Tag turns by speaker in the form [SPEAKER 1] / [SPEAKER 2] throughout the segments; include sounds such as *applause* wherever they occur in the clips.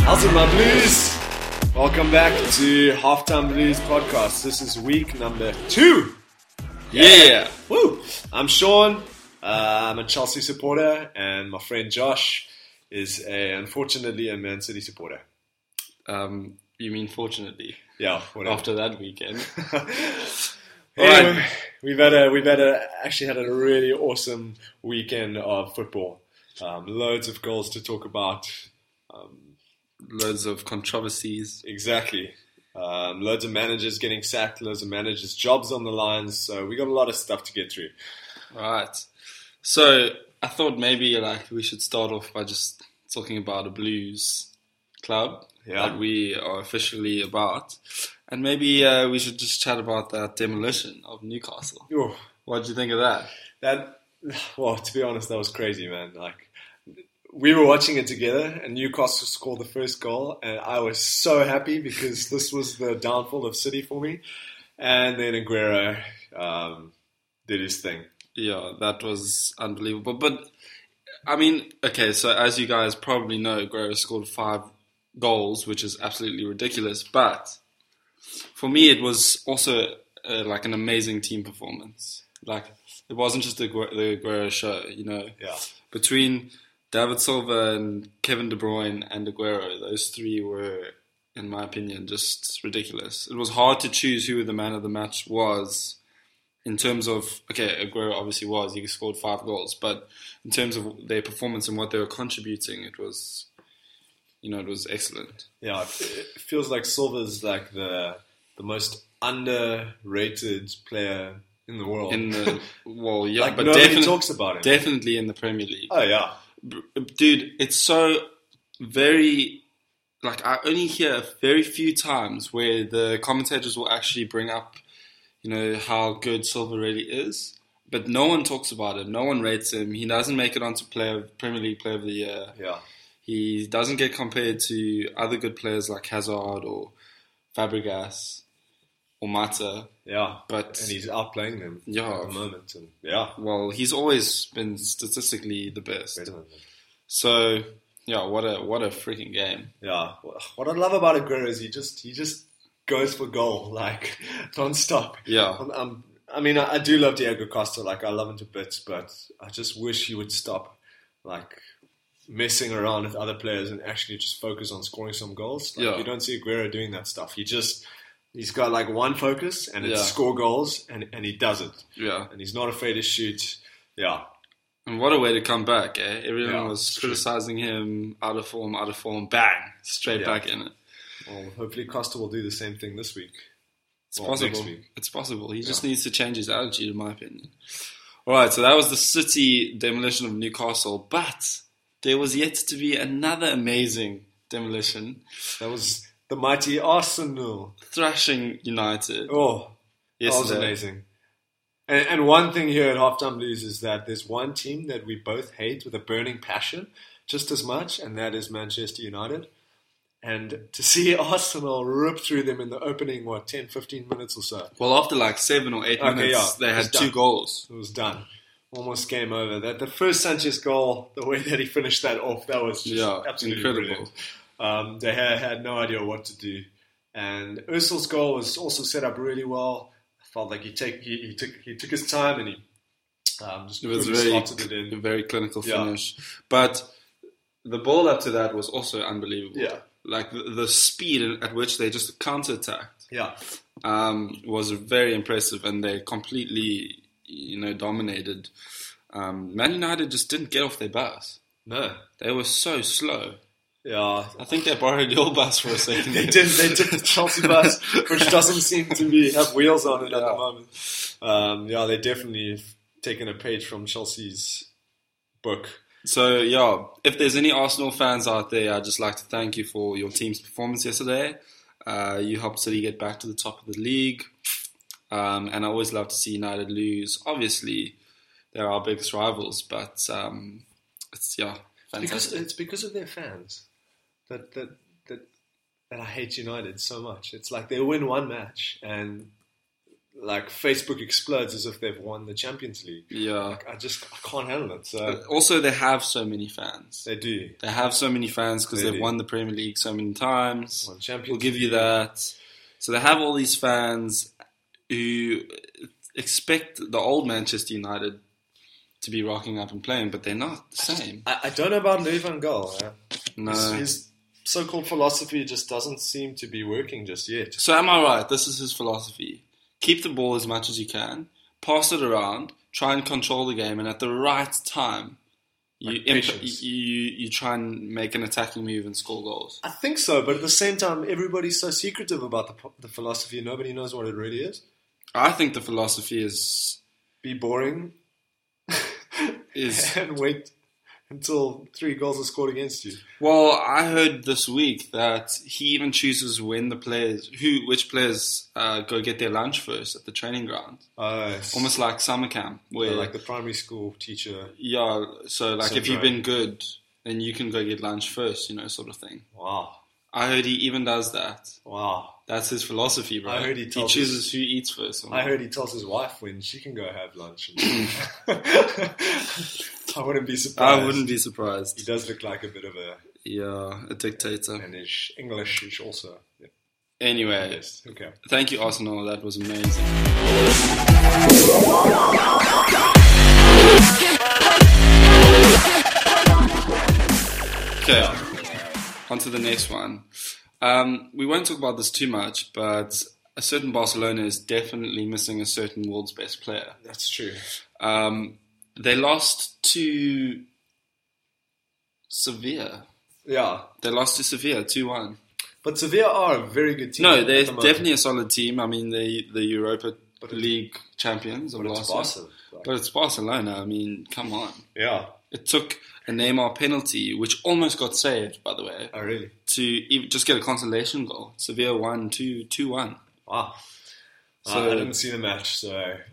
[SPEAKER 1] How's it, my blues? Welcome back to Halftime Blues Podcast. This is week number two. Yeah. Woo. I'm Sean. Uh, I'm a Chelsea supporter, and my friend Josh is a, unfortunately a Man City supporter.
[SPEAKER 2] Um, you mean fortunately
[SPEAKER 1] Yeah, whatever.
[SPEAKER 2] after that
[SPEAKER 1] *laughs*
[SPEAKER 2] weekend?
[SPEAKER 1] Anyway,
[SPEAKER 2] Alright.
[SPEAKER 1] we've had a we've had a actually had a really awesome weekend of football. Um, loads of goals to talk about.
[SPEAKER 2] Loads of controversies.
[SPEAKER 1] Exactly. Um, loads of managers getting sacked. Loads of managers' jobs on the lines. So we got a lot of stuff to get through.
[SPEAKER 2] Right. So I thought maybe like we should start off by just talking about a blues club
[SPEAKER 1] Yeah.
[SPEAKER 2] that we are officially about, and maybe uh, we should just chat about that demolition of Newcastle.
[SPEAKER 1] Ooh,
[SPEAKER 2] What do you think of that?
[SPEAKER 1] that well, to be honest, that was crazy, man. Like we were watching it together, and Newcastle scored the first goal, and I was so happy because this was the downfall of City for me. And then Aguero um, did his thing.
[SPEAKER 2] Yeah, that was unbelievable. But I mean, okay, so as you guys probably know, Guerrero scored five goals, which is absolutely ridiculous. But for me, it was also uh, like an amazing team performance. Like it wasn't just the, Guer- the Guerrero show, you know.
[SPEAKER 1] Yeah.
[SPEAKER 2] Between David Silva and Kevin De Bruyne and Aguero, those three were, in my opinion, just ridiculous. It was hard to choose who the man of the match was in terms of okay, Aguero obviously was he scored five goals, but in terms of their performance and what they were contributing, it was you know it was excellent.
[SPEAKER 1] Yeah, it it feels like Silva's like the the most underrated player in the world. *laughs*
[SPEAKER 2] In the well, yeah,
[SPEAKER 1] like
[SPEAKER 2] but
[SPEAKER 1] nobody
[SPEAKER 2] definitely
[SPEAKER 1] talks about him.
[SPEAKER 2] definitely in the Premier League,
[SPEAKER 1] oh yeah,
[SPEAKER 2] dude. It's so very like I only hear very few times where the commentators will actually bring up you know how good Silva really is. But no one talks about him. No one rates him. He doesn't make it onto player, Premier League Player of the Year.
[SPEAKER 1] yeah.
[SPEAKER 2] He doesn't get compared to other good players like Hazard or Fabregas or Mata.
[SPEAKER 1] Yeah,
[SPEAKER 2] But
[SPEAKER 1] and he's outplaying them
[SPEAKER 2] Yeah.
[SPEAKER 1] at the moment, and yeah,
[SPEAKER 2] well, he's always been statistically the best.
[SPEAKER 1] better than them.
[SPEAKER 2] So yeah, what a what a freaking game!
[SPEAKER 1] yeah. What I love about Aguero is he just he just goes for goal *laughs* like non-stop.
[SPEAKER 2] Yeah.
[SPEAKER 1] I'm, I'm- i mean, I, I do love Diego Costa, like I love him to bits, but I just wish he would stop like messing around with other players and actually just focus on scoring some goals. Like,
[SPEAKER 2] Yeah.
[SPEAKER 1] you don't see Aguero doing that stuff. He just he's got like one focus and it's
[SPEAKER 2] Yeah.
[SPEAKER 1] score goals, and and he does it,
[SPEAKER 2] Yeah,
[SPEAKER 1] and he's not afraid to shoot. Yeah,
[SPEAKER 2] and what a way to come back! Eh? Everyone
[SPEAKER 1] Yeah,
[SPEAKER 2] was criticizing him, out of form, out of form, bang, straight
[SPEAKER 1] Yeah.
[SPEAKER 2] back in it.
[SPEAKER 1] Well, hopefully Costa will do the same thing this week.
[SPEAKER 2] It's
[SPEAKER 1] Well, next
[SPEAKER 2] possible.
[SPEAKER 1] week.
[SPEAKER 2] It's possible. He just needs to change his attitude, in my opinion. All right, so that was the city demolition of Newcastle, but there was yet to be another amazing demolition,
[SPEAKER 1] That was the mighty Arsenal.
[SPEAKER 2] thrashing United.
[SPEAKER 1] Oh, that was
[SPEAKER 2] yesterday.
[SPEAKER 1] amazing. And, and one thing here at Halftime Blues is that there's one team that we both hate with a burning passion just as much, and that is Manchester United. And to see *laughs* Arsenal rip through them in the opening, what, 10, 15 minutes or so,
[SPEAKER 2] Well, after like seven or eight
[SPEAKER 1] Okay,
[SPEAKER 2] minutes,
[SPEAKER 1] yeah,
[SPEAKER 2] they
[SPEAKER 1] it's
[SPEAKER 2] had two
[SPEAKER 1] done.
[SPEAKER 2] goals.
[SPEAKER 1] it was done. Almost game over. That the first Sanchez goal, the way that he finished that off, that was just
[SPEAKER 2] Yeah,
[SPEAKER 1] absolutely
[SPEAKER 2] incredible.
[SPEAKER 1] brilliant. Um, De Gea had no idea what to do, and Ursul's goal was also set up really well. I felt like he take he, he took he took his time and he um, just
[SPEAKER 2] It was
[SPEAKER 1] really
[SPEAKER 2] very,
[SPEAKER 1] slotted it
[SPEAKER 2] a
[SPEAKER 1] in.
[SPEAKER 2] very clinical
[SPEAKER 1] Yeah.
[SPEAKER 2] finish. But the ball up to that was also unbelievable.
[SPEAKER 1] Yeah.
[SPEAKER 2] Like the, the speed at which they just counterattacked
[SPEAKER 1] Yeah,
[SPEAKER 2] um, was very impressive, and they completely, you know, dominated. Um, Man United just didn't get off their bus.
[SPEAKER 1] no,
[SPEAKER 2] They were so slow.
[SPEAKER 1] yeah.
[SPEAKER 2] I think they borrowed your *laughs* bus for a second.
[SPEAKER 1] They did. They took the Chelsea bus, which doesn't seem to be have wheels on it at the
[SPEAKER 2] Yeah.
[SPEAKER 1] moment. Um, yeah, they definitely have taken a page from Chelsea's book.
[SPEAKER 2] So yeah, if there's any Arsenal fans out there, I'd just like to thank you for your team's performance yesterday. Uh, you helped City get back to the top of the league, um, and I always love to see United lose. Obviously, they're our biggest rivals, but um, it's yeah,
[SPEAKER 1] Because
[SPEAKER 2] fantastic.
[SPEAKER 1] it's because of their fans that that that that I hate United so much. It's like they win one match and like Facebook explodes as if they've won the Champions League.
[SPEAKER 2] yeah.
[SPEAKER 1] Like I just I can't handle it. So
[SPEAKER 2] But also, they have so many fans.
[SPEAKER 1] they do.
[SPEAKER 2] They have so many fans because
[SPEAKER 1] They
[SPEAKER 2] they've
[SPEAKER 1] do.
[SPEAKER 2] won the Premier League so many times.
[SPEAKER 1] Won Champions
[SPEAKER 2] We'll give you
[SPEAKER 1] League.
[SPEAKER 2] that. So they have all these fans who expect the old Manchester United to be rocking up and playing, but they're not the
[SPEAKER 1] *laughs*
[SPEAKER 2] same.
[SPEAKER 1] I, I don't know about Louis van Gaal. eh? His,
[SPEAKER 2] No.
[SPEAKER 1] his so-called philosophy just doesn't seem to be working just yet.
[SPEAKER 2] So am I right? This is his philosophy: keep the ball as much as you can, pass it around, try and control the game, and at the right time, you
[SPEAKER 1] Like
[SPEAKER 2] imp-
[SPEAKER 1] patience.
[SPEAKER 2] you you try and make an attacking move and score goals.
[SPEAKER 1] I think so, but at the same time, everybody's so secretive about the, po- the philosophy. Nobody knows what it really is.
[SPEAKER 2] I think the philosophy is
[SPEAKER 1] Be boring *laughs*
[SPEAKER 2] is
[SPEAKER 1] and wait until three goals are scored against you.
[SPEAKER 2] Well, I heard this week that he even chooses when the players, who, which players, uh, go get their lunch first at the training ground,
[SPEAKER 1] Uh,
[SPEAKER 2] almost like summer camp, where
[SPEAKER 1] like the primary school teacher.
[SPEAKER 2] yeah, so like if you've
[SPEAKER 1] Syndrome.
[SPEAKER 2] been good, then you can go get lunch first, you know, sort of thing.
[SPEAKER 1] Wow,
[SPEAKER 2] I heard he even does that.
[SPEAKER 1] wow.
[SPEAKER 2] That's his philosophy, bro.
[SPEAKER 1] I heard he tells
[SPEAKER 2] chooses who eats first.
[SPEAKER 1] I heard he tells his wife when she can go have lunch. *laughs*
[SPEAKER 2] *laughs*
[SPEAKER 1] I wouldn't be surprised.
[SPEAKER 2] I wouldn't be
[SPEAKER 1] He
[SPEAKER 2] surprised.
[SPEAKER 1] does look like a bit of a,
[SPEAKER 2] Yeah, a dictator.
[SPEAKER 1] and his English is also. Yeah.
[SPEAKER 2] Anyway,
[SPEAKER 1] Yes. Okay.
[SPEAKER 2] thank you, Arsenal. That was amazing. Okay, on to the next one. Um, we won't talk about this too much, but a certain Barcelona is definitely missing a certain world's best player.
[SPEAKER 1] That's true.
[SPEAKER 2] Um, they lost to Sevilla.
[SPEAKER 1] Yeah.
[SPEAKER 2] They lost to Sevilla 2 1.
[SPEAKER 1] But Sevilla are a very good team.
[SPEAKER 2] No,
[SPEAKER 1] at
[SPEAKER 2] they're
[SPEAKER 1] the moment.
[SPEAKER 2] definitely a solid team. I mean, they the Europa
[SPEAKER 1] But it's-
[SPEAKER 2] League champions of
[SPEAKER 1] But
[SPEAKER 2] last
[SPEAKER 1] it's
[SPEAKER 2] year.
[SPEAKER 1] Barca. Like,
[SPEAKER 2] But it's Barcelona. I mean, come on.
[SPEAKER 1] yeah.
[SPEAKER 2] It took a Neymar penalty, which almost got saved, by the way,
[SPEAKER 1] Oh, really?
[SPEAKER 2] to even just get a consolation goal. Sevilla won 2 2 1.
[SPEAKER 1] Wow.
[SPEAKER 2] So-
[SPEAKER 1] I, I didn't see the match, so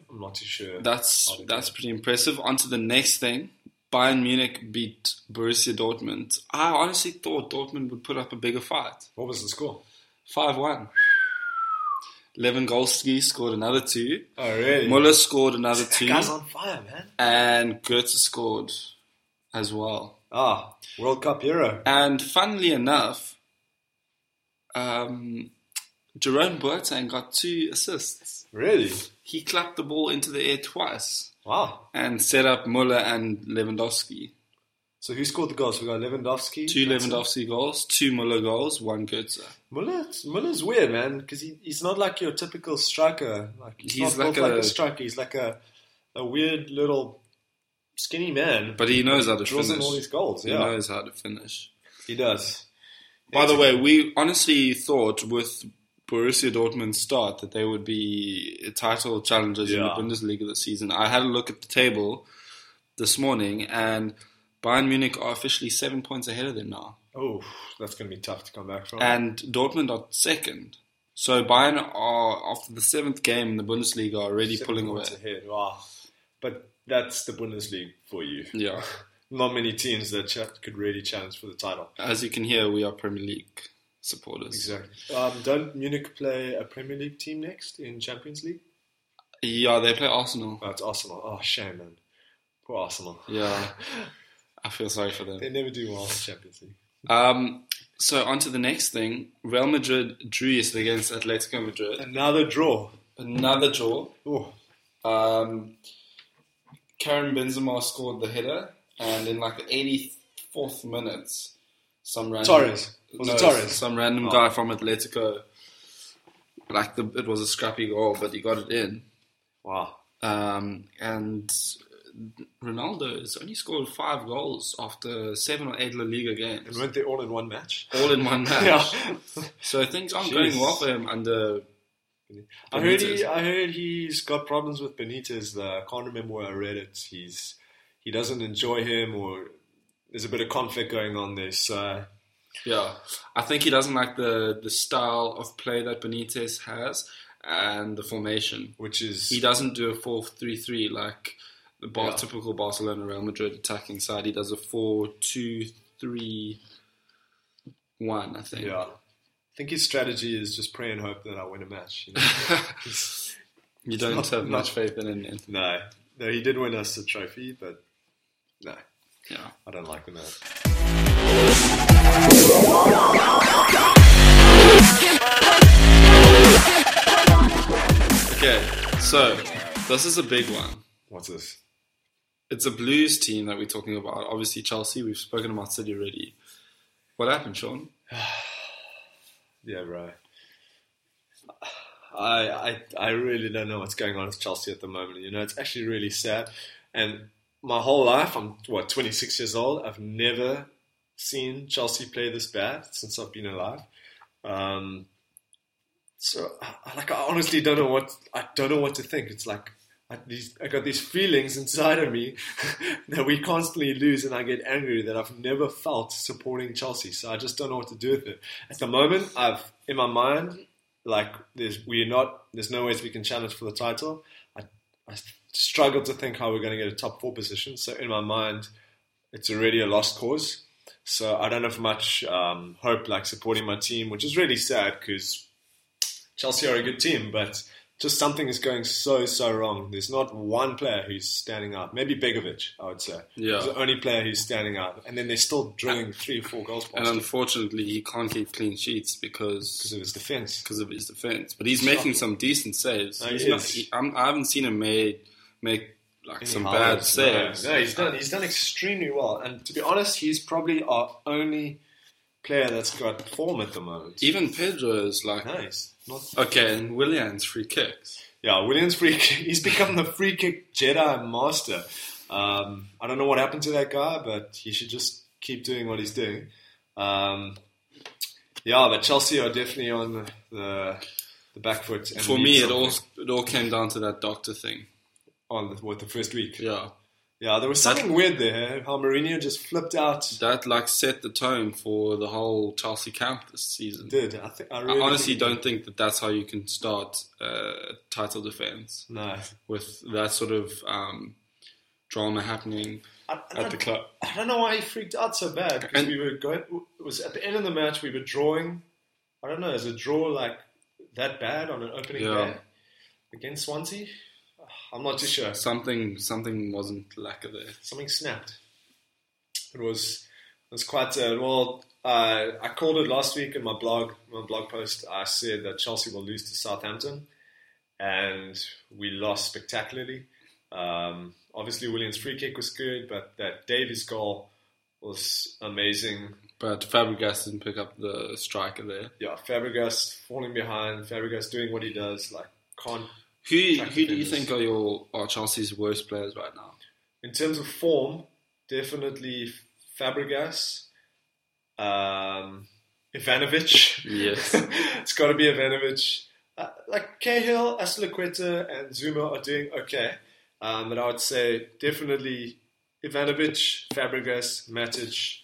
[SPEAKER 1] I'm not too sure.
[SPEAKER 2] That's,
[SPEAKER 1] How did
[SPEAKER 2] that's pretty impressive. On to the next thing. Bayern Munich beat Borussia Dortmund. I honestly thought Dortmund would put up a bigger fight.
[SPEAKER 1] what was the score?
[SPEAKER 2] 5 1. Lewandowski scored another two.
[SPEAKER 1] Oh, really?
[SPEAKER 2] Muller scored another
[SPEAKER 1] *laughs*
[SPEAKER 2] two.
[SPEAKER 1] Guys on fire, man.
[SPEAKER 2] and Goethe scored as well.
[SPEAKER 1] Ah, World Cup hero.
[SPEAKER 2] And funnily enough, um, Jerome Boateng got two assists.
[SPEAKER 1] Really?
[SPEAKER 2] He clapped the ball into the air twice
[SPEAKER 1] Wow.
[SPEAKER 2] and set up Muller and Lewandowski.
[SPEAKER 1] So who scored the goals? We got Lewandowski.
[SPEAKER 2] Two Lewandowski goals, two Muller goals, one Goethe.
[SPEAKER 1] Muller. Muller's weird, man, because he, he's not like your typical striker. Like he's,
[SPEAKER 2] He's
[SPEAKER 1] not built
[SPEAKER 2] like
[SPEAKER 1] like
[SPEAKER 2] a-
[SPEAKER 1] a, striker. He's like a a weird little skinny man.
[SPEAKER 2] But he knows how to
[SPEAKER 1] draws in all
[SPEAKER 2] finish.
[SPEAKER 1] these goals.
[SPEAKER 2] He
[SPEAKER 1] Yeah,
[SPEAKER 2] knows how to finish.
[SPEAKER 1] he does.
[SPEAKER 2] By the way, we honestly thought with Borussia Dortmund's start that they would be title challengers
[SPEAKER 1] Yeah.
[SPEAKER 2] in the Bundesliga this season. I had a look at the table this morning, and Bayern Munich are officially seven points ahead of them now,
[SPEAKER 1] Oh, that's going to be tough to come back from.
[SPEAKER 2] and Dortmund are second. So Bayern are after the seventh game in the Bundesliga are already
[SPEAKER 1] Seven
[SPEAKER 2] pulling away.
[SPEAKER 1] points ahead. Wow. Ah. But that's the Bundesliga for you.
[SPEAKER 2] Yeah,
[SPEAKER 1] Not many teams that cha- could really challenge for the title.
[SPEAKER 2] as you can hear, we are Premier League supporters.
[SPEAKER 1] Exactly. Um, don't Munich play a Premier League team next in Champions League?
[SPEAKER 2] Yeah, they
[SPEAKER 1] *laughs*
[SPEAKER 2] play Arsenal.
[SPEAKER 1] Oh, it's Arsenal. Oh, shame, man. Poor Arsenal.
[SPEAKER 2] Yeah, I feel sorry for them.
[SPEAKER 1] They never do well in Champions League.
[SPEAKER 2] Um, so on to the next thing. Real Madrid drew yesterday against Atletico Madrid.
[SPEAKER 1] Another draw.
[SPEAKER 2] Another draw.
[SPEAKER 1] Oh,
[SPEAKER 2] Um, Karen Benzema scored the header, and in like the 84th minute, some random
[SPEAKER 1] Torres. Was it Torres? Oh.
[SPEAKER 2] Some random guy from Atletico. Like the, it was a scrappy goal, but he got it in.
[SPEAKER 1] wow.
[SPEAKER 2] Um, and Ronaldo has only scored five goals after seven or eight La Liga
[SPEAKER 1] And
[SPEAKER 2] games,
[SPEAKER 1] weren't they all in one match?
[SPEAKER 2] all in one match.
[SPEAKER 1] *laughs* Yeah.
[SPEAKER 2] So things aren't
[SPEAKER 1] Jeez.
[SPEAKER 2] going well for him uh, under.
[SPEAKER 1] I heard,
[SPEAKER 2] Benitez.
[SPEAKER 1] he, I heard he's got problems with Benitez. Though. I can't remember where I read it. He's he doesn't enjoy him, or there's a bit of conflict going on there. So
[SPEAKER 2] Yeah, I think he doesn't like the the style of play that Benitez has and the formation.
[SPEAKER 1] which is
[SPEAKER 2] He doesn't do a 4-3-3 like the bar-
[SPEAKER 1] Yeah.
[SPEAKER 2] typical Barcelona Real Madrid attacking side. He does a 4-2-3-1, I think.
[SPEAKER 1] yeah. I think his strategy is just pray and hope that I win a match.
[SPEAKER 2] *laughs*
[SPEAKER 1] You know?
[SPEAKER 2] you
[SPEAKER 1] *laughs*
[SPEAKER 2] don't
[SPEAKER 1] Not-
[SPEAKER 2] have
[SPEAKER 1] not-
[SPEAKER 2] much faith in him. then.
[SPEAKER 1] no, no, he did win us a trophy, but no,
[SPEAKER 2] Yeah.
[SPEAKER 1] I don't like him. Now.
[SPEAKER 2] Okay, so this is a big one.
[SPEAKER 1] What's this?
[SPEAKER 2] It's a Blues team that we're talking about. Obviously, Chelsea. We've spoken about City already. What happened, Sean?
[SPEAKER 1] Yeah, bro. I, I I really don't know what's going on with Chelsea at the moment. You know, it's actually really sad. And my whole life, I'm what 26 years old. I've never seen Chelsea play this bad since I've been alive. Um, so, I- I- like, I honestly don't know what I don't know what to think. It's like I, these, I got these feelings inside of me *laughs* that we constantly lose, and I get angry that I've never felt supporting Chelsea. So I just don't know what to do with it. At the moment, I've in my mind, like, there's we're not there's no ways we can challenge for the title. I, I struggle to think how we're going to get a top four position. So in my mind, it's already a lost cause. So I don't have much um, hope like supporting my team, which is really sad because Chelsea are a good team, but just something is going so so wrong. There's not one player who's standing out. Maybe Begovic, I would say.
[SPEAKER 2] Yeah.
[SPEAKER 1] He's the only player who's standing out, and then they're still drilling three or four goals
[SPEAKER 2] And
[SPEAKER 1] past
[SPEAKER 2] unfortunately, he can't keep clean sheets because
[SPEAKER 1] because of his defense.
[SPEAKER 2] because of his defense. But he's making some decent saves.
[SPEAKER 1] No, he
[SPEAKER 2] he's
[SPEAKER 1] is.
[SPEAKER 2] not, he, I'm, I haven't seen him made make like some bad
[SPEAKER 1] Haaland's, no,
[SPEAKER 2] saves.
[SPEAKER 1] No, he's done. He's done extremely well. And to be honest, he's probably our only player that's got form at the moment.
[SPEAKER 2] Even Pedro is like
[SPEAKER 1] Nice. Not,
[SPEAKER 2] okay, and Willian's free kicks.
[SPEAKER 1] yeah, Williams free. Kick, *laughs* he's become the free kick Jedi master. Um, I don't know what happened to that guy, but he should just keep doing what he's doing. Um, yeah, but Chelsea are definitely on the the, the back foot. and
[SPEAKER 2] For
[SPEAKER 1] need
[SPEAKER 2] me, it
[SPEAKER 1] something
[SPEAKER 2] all it all came down to that doctor thing.
[SPEAKER 1] on the, what the first week.
[SPEAKER 2] Yeah,
[SPEAKER 1] Yeah, there was something weird there. How Mourinho just flipped out.
[SPEAKER 2] that like set the tone for the whole Chelsea camp this season.
[SPEAKER 1] Did I think I,
[SPEAKER 2] I
[SPEAKER 1] really
[SPEAKER 2] honestly
[SPEAKER 1] think-
[SPEAKER 2] don't think that that's how you can start uh, title defense
[SPEAKER 1] No,
[SPEAKER 2] with that sort of um, drama happening
[SPEAKER 1] I, I
[SPEAKER 2] at the
[SPEAKER 1] don't-
[SPEAKER 2] club.
[SPEAKER 1] I don't know why he freaked out so bad because
[SPEAKER 2] And-
[SPEAKER 1] we were going. It was at the end of the match we were drawing. I don't know. Is a draw like that bad on an opening
[SPEAKER 2] Yeah.
[SPEAKER 1] day against Swansea? I'm not too sure.
[SPEAKER 2] Something something wasn't lack of there.
[SPEAKER 1] Something snapped. It was it was quite a, well. Uh, I called it last week in my blog my blog post. I said that Chelsea will lose to Southampton, and we lost spectacularly. Um, obviously, Williams' free kick was good, but that Davies goal was amazing.
[SPEAKER 2] But Fabregas didn't pick up the striker there.
[SPEAKER 1] yeah, Fabregas falling behind, Fabregas doing what he does, like can't
[SPEAKER 2] Who
[SPEAKER 1] Track
[SPEAKER 2] who do you
[SPEAKER 1] defenders.
[SPEAKER 2] think are your are Chelsea's worst players right now?
[SPEAKER 1] in terms of form, definitely Fabregas. Um Ivanovic.
[SPEAKER 2] Yes.
[SPEAKER 1] *laughs* it's gotta be Ivanovic. Uh, like Cahill, Aslaqueta and Zuma are doing okay. Um, but I would say definitely Ivanovic, Fabregas, Matic,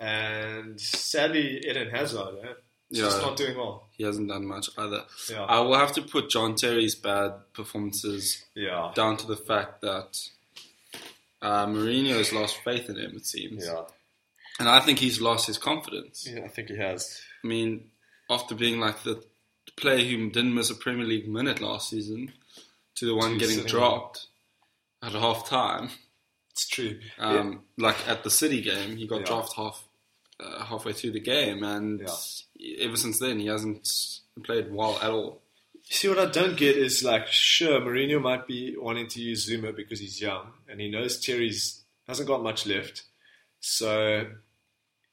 [SPEAKER 1] and sadly Eden Hazard, eh? He's just
[SPEAKER 2] Yeah.
[SPEAKER 1] not doing well.
[SPEAKER 2] *laughs* He hasn't done much either.
[SPEAKER 1] Yeah.
[SPEAKER 2] I will have to put John Terry's bad performances
[SPEAKER 1] Yeah.
[SPEAKER 2] down to the fact that uh, Mourinho has lost faith in him, it seems.
[SPEAKER 1] Yeah.
[SPEAKER 2] And I think he's lost his confidence.
[SPEAKER 1] Yeah, I think he has.
[SPEAKER 2] I mean, after being like the player who didn't miss a Premier League minute last season to the one
[SPEAKER 1] To
[SPEAKER 2] getting
[SPEAKER 1] sitting
[SPEAKER 2] dropped at half time.
[SPEAKER 1] It's true.
[SPEAKER 2] Um, Like at the City game, he got
[SPEAKER 1] Yeah.
[SPEAKER 2] dropped half uh, halfway through the game, and ever since then he hasn't played well at all.
[SPEAKER 1] See, what I don't get is like, sure, Mourinho might be wanting to use Zuma because he's young and he knows Terry's hasn't got much left, so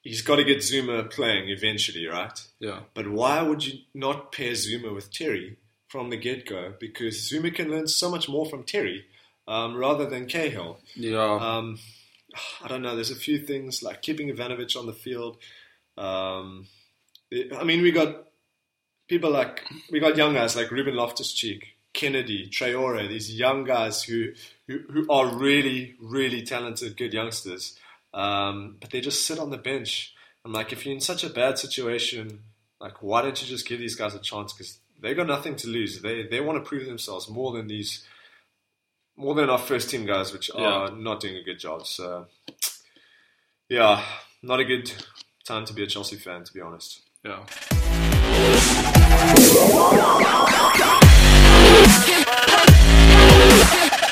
[SPEAKER 1] he's got to get Zuma playing eventually, right?
[SPEAKER 2] Yeah,
[SPEAKER 1] But why would you not pair Zuma with Terry from the get go? Because Zuma can learn so much more from Terry um, rather than Cahill.
[SPEAKER 2] yeah.
[SPEAKER 1] Um, I don't know. There's a few things like keeping Ivanovic on the field. Um, I mean, we got people like we got young guys like Ruben Loftus-Cheek, Kennedy, Traore. These young guys who who, who are really really talented, good youngsters. Um, but they just sit on the bench. I'm like, if you're in such a bad situation, like, why don't you just give these guys a chance? Because they got nothing to lose. They they want to prove themselves more than these, more than our first team guys, which are not doing a good job. So, yeah, not a good time to be a Chelsea fan, to be honest.
[SPEAKER 2] Yeah.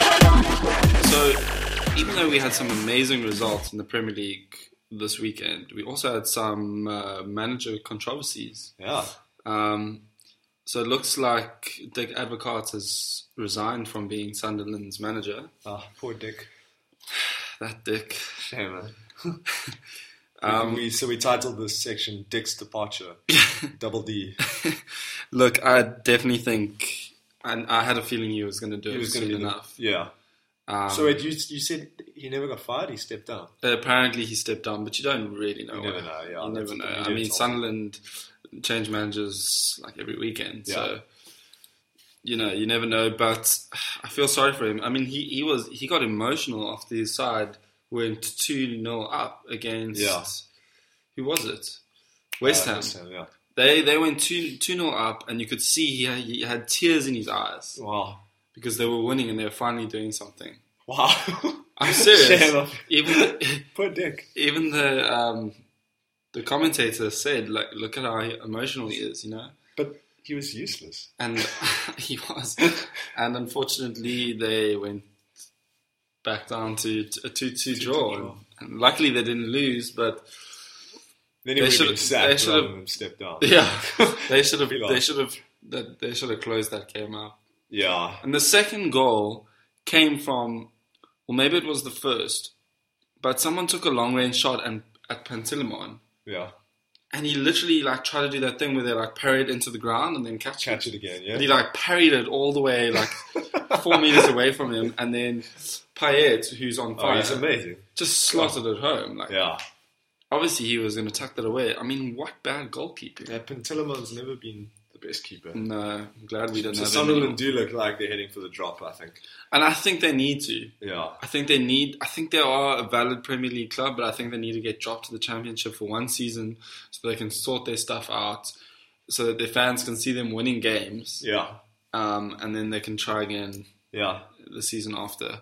[SPEAKER 2] So, even though we had some amazing results in the Premier League this weekend, we also had some uh, manager controversies.
[SPEAKER 1] Yeah,
[SPEAKER 2] Um, so it looks like Dick Advocaat has resigned from being Sunderland's manager.
[SPEAKER 1] ah, poor Dick.
[SPEAKER 2] That Dick.
[SPEAKER 1] Shame, man. *laughs* we so we titled this section "Dick's
[SPEAKER 2] *laughs*
[SPEAKER 1] Departure," double D.
[SPEAKER 2] Look, I definitely think, and I had a feeling he was going to do
[SPEAKER 1] He
[SPEAKER 2] it
[SPEAKER 1] was going
[SPEAKER 2] soon
[SPEAKER 1] to be
[SPEAKER 2] enough.
[SPEAKER 1] Yeah.
[SPEAKER 2] Um,
[SPEAKER 1] So wait, you you said he never got fired. He stepped down.
[SPEAKER 2] apparently he stepped down, but you don't really know.
[SPEAKER 1] You never
[SPEAKER 2] what-
[SPEAKER 1] know, yeah,
[SPEAKER 2] you
[SPEAKER 1] that's
[SPEAKER 2] never know.
[SPEAKER 1] what
[SPEAKER 2] I
[SPEAKER 1] we
[SPEAKER 2] mean,
[SPEAKER 1] did,
[SPEAKER 2] Sunderland change managers like every weekend,
[SPEAKER 1] Yeah.
[SPEAKER 2] so you know you never know. But *sighs* I feel sorry for him. I mean, he, he was he got emotional after his side went two 0 up against
[SPEAKER 1] Yeah.
[SPEAKER 2] who was it? West
[SPEAKER 1] Uh,
[SPEAKER 2] Ham.
[SPEAKER 1] Yeah.
[SPEAKER 2] They they went two 0 up, and you could see he had, he had tears in his eyes
[SPEAKER 1] Wow.
[SPEAKER 2] because they were winning and they were finally doing something.
[SPEAKER 1] Wow.
[SPEAKER 2] *laughs* I'm
[SPEAKER 1] *laughs*
[SPEAKER 2] serious.
[SPEAKER 1] Shame. *laughs*
[SPEAKER 2] Even
[SPEAKER 1] Poor Dick.
[SPEAKER 2] even the um, the commentator said, like, look at how emotional he is, you know,
[SPEAKER 1] But he was useless.
[SPEAKER 2] and *laughs* he was, and unfortunately they went back down to t- a two-two draw.
[SPEAKER 1] draw.
[SPEAKER 2] And luckily they didn't
[SPEAKER 1] *laughs*
[SPEAKER 2] lose, but
[SPEAKER 1] Then he would have
[SPEAKER 2] should've-
[SPEAKER 1] been
[SPEAKER 2] they
[SPEAKER 1] sacked
[SPEAKER 2] should've-
[SPEAKER 1] rather than stepped down.
[SPEAKER 2] yeah, *laughs* they should have,
[SPEAKER 1] We
[SPEAKER 2] they
[SPEAKER 1] lost.
[SPEAKER 2] should have, that they should have closed that game out.
[SPEAKER 1] Yeah.
[SPEAKER 2] And the second goal came from, well, maybe it was the first, but someone took a long-range shot and at Pantilimon.
[SPEAKER 1] Yeah.
[SPEAKER 2] and he literally like tried to do that thing where they like parried into the ground and then catch,
[SPEAKER 1] Catch it again, yeah?
[SPEAKER 2] And he like parried it all the way like
[SPEAKER 1] *laughs*
[SPEAKER 2] four meters away from him, and then Payet, who's on
[SPEAKER 1] Oh,
[SPEAKER 2] fire,
[SPEAKER 1] he's amazing.
[SPEAKER 2] just slotted it home. Like
[SPEAKER 1] Yeah.
[SPEAKER 2] obviously he was going to tuck that away. I mean, what bad goalkeeping?
[SPEAKER 1] Yeah, Pentillamon's never been the best keeper.
[SPEAKER 2] No, I'm glad we didn't
[SPEAKER 1] So
[SPEAKER 2] have
[SPEAKER 1] Sunderland
[SPEAKER 2] Sunderland.
[SPEAKER 1] do look like they're heading for the drop, I think.
[SPEAKER 2] And I think they need to.
[SPEAKER 1] Yeah.
[SPEAKER 2] I think they need. I think they are a valid Premier League club, but I think they need to get dropped to the Championship for one season so they can sort their stuff out, so that their fans can see them winning games.
[SPEAKER 1] Yeah.
[SPEAKER 2] um, and then they can try again
[SPEAKER 1] Yeah.
[SPEAKER 2] the season after.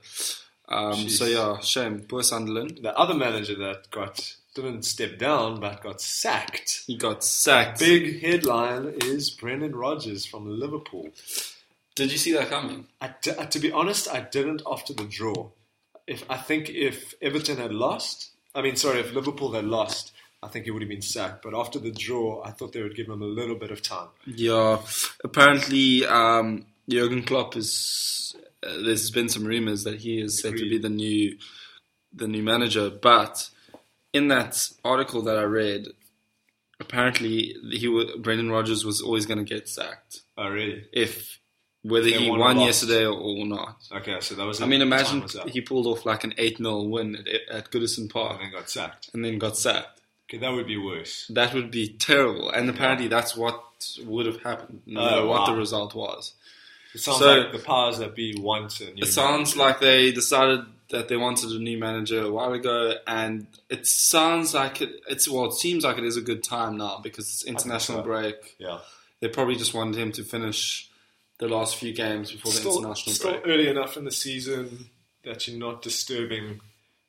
[SPEAKER 2] Um,
[SPEAKER 1] Jeez.
[SPEAKER 2] so yeah, shame. Poor Sunderland.
[SPEAKER 1] The other manager that got didn't step down but got sacked.
[SPEAKER 2] He got sacked.
[SPEAKER 1] Big headline is Brendan Rodgers from Liverpool.
[SPEAKER 2] Did you see that coming?
[SPEAKER 1] I d- uh, to be honest, I didn't after the draw. If I think if Everton had lost, I mean, sorry, if Liverpool had lost, I think he would have been sacked. But after the draw, I thought they would give him a little bit of time.
[SPEAKER 2] Yeah. Apparently, um, Jurgen Klopp is. Uh, there's been some rumors that he is said to
[SPEAKER 1] Agreed.
[SPEAKER 2] be the new, the new manager. But in that article that I read, apparently he wa Brendan Rodgers was always going to get sacked
[SPEAKER 1] Oh, really?
[SPEAKER 2] if whether
[SPEAKER 1] They
[SPEAKER 2] he
[SPEAKER 1] won or
[SPEAKER 2] won
[SPEAKER 1] lost.
[SPEAKER 2] yesterday or not.
[SPEAKER 1] Okay, so that was.
[SPEAKER 2] I
[SPEAKER 1] it.
[SPEAKER 2] mean,
[SPEAKER 1] The time
[SPEAKER 2] imagine
[SPEAKER 1] was up.
[SPEAKER 2] he pulled off like an 8 0 win at, at Goodison
[SPEAKER 1] and
[SPEAKER 2] Park
[SPEAKER 1] then got sacked.
[SPEAKER 2] and then got sacked.
[SPEAKER 1] Okay, that would be worse.
[SPEAKER 2] That would be terrible. And apparently, that's what would have happened, no
[SPEAKER 1] Oh,
[SPEAKER 2] matter what the
[SPEAKER 1] wow.
[SPEAKER 2] result was.
[SPEAKER 1] It sounds
[SPEAKER 2] So-
[SPEAKER 1] like the powers that be want a new.
[SPEAKER 2] It sounds
[SPEAKER 1] manager.
[SPEAKER 2] like they decided that they wanted a new manager a while ago, and it sounds like it, it's well, it seems like it is a good time now because it's international
[SPEAKER 1] so.
[SPEAKER 2] break.
[SPEAKER 1] yeah,
[SPEAKER 2] They probably just wanted him to finish the last few games before the
[SPEAKER 1] still,
[SPEAKER 2] international
[SPEAKER 1] still
[SPEAKER 2] break.
[SPEAKER 1] early enough in the season that you're not disturbing